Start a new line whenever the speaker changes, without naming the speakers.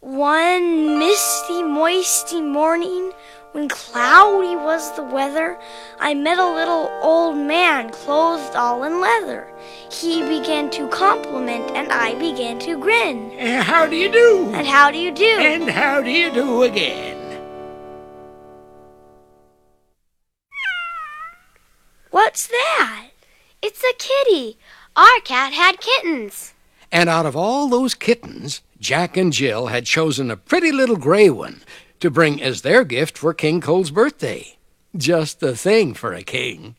One misty, moisty morning, when cloudy was the weather, I met a little old man clothed all in leather. He began to compliment, and I began to grin.
And how do you do?
And how do you do?
And how do you do again?
What's that?
It's a kitty. Our cat had kittens.
And out of all those kittens, Jack and Jill had chosen a pretty little gray one to bring as their gift for King Cole's birthday. Just the thing for a king.